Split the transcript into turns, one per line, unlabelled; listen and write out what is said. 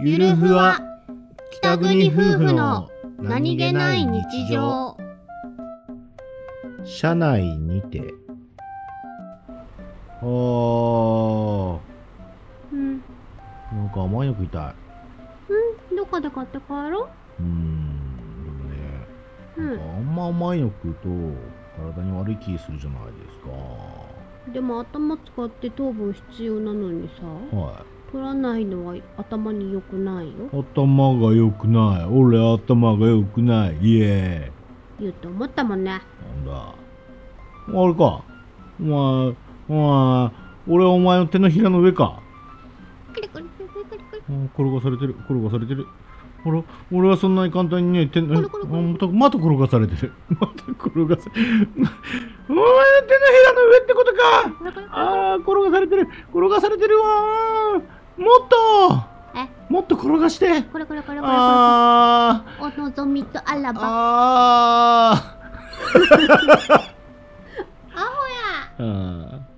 ゆるふわ北国夫婦の何気ない日常車内にてあー
うん、
なんか甘いの食いた
どこで買って帰ろ
いうーんでもね
う。
なんか
う
あんま甘いの食うと体に悪い気するじゃないですか
ん、でも頭使って糖分必要なのにさ、
はい
取らないのは頭に良くないよ。
頭が良くない俺頭が良くないイエ
言うと思ったもんね。
ーイなんだあれかお前お前俺はお前の手のひらの上か
くりくりくりくりくり
あー転がされてる転がされてるあら俺はそんなに簡単にね手の
コロコロコロ
あまたまた転がされてる また転がされお前の手のひらの上ってことか
くりくり
あー転がされてる転がされてるわーもっと
え
もっと転がして
これこれこれこれこれこ
あー
れお望みとあらば
あ
アホや
ーあ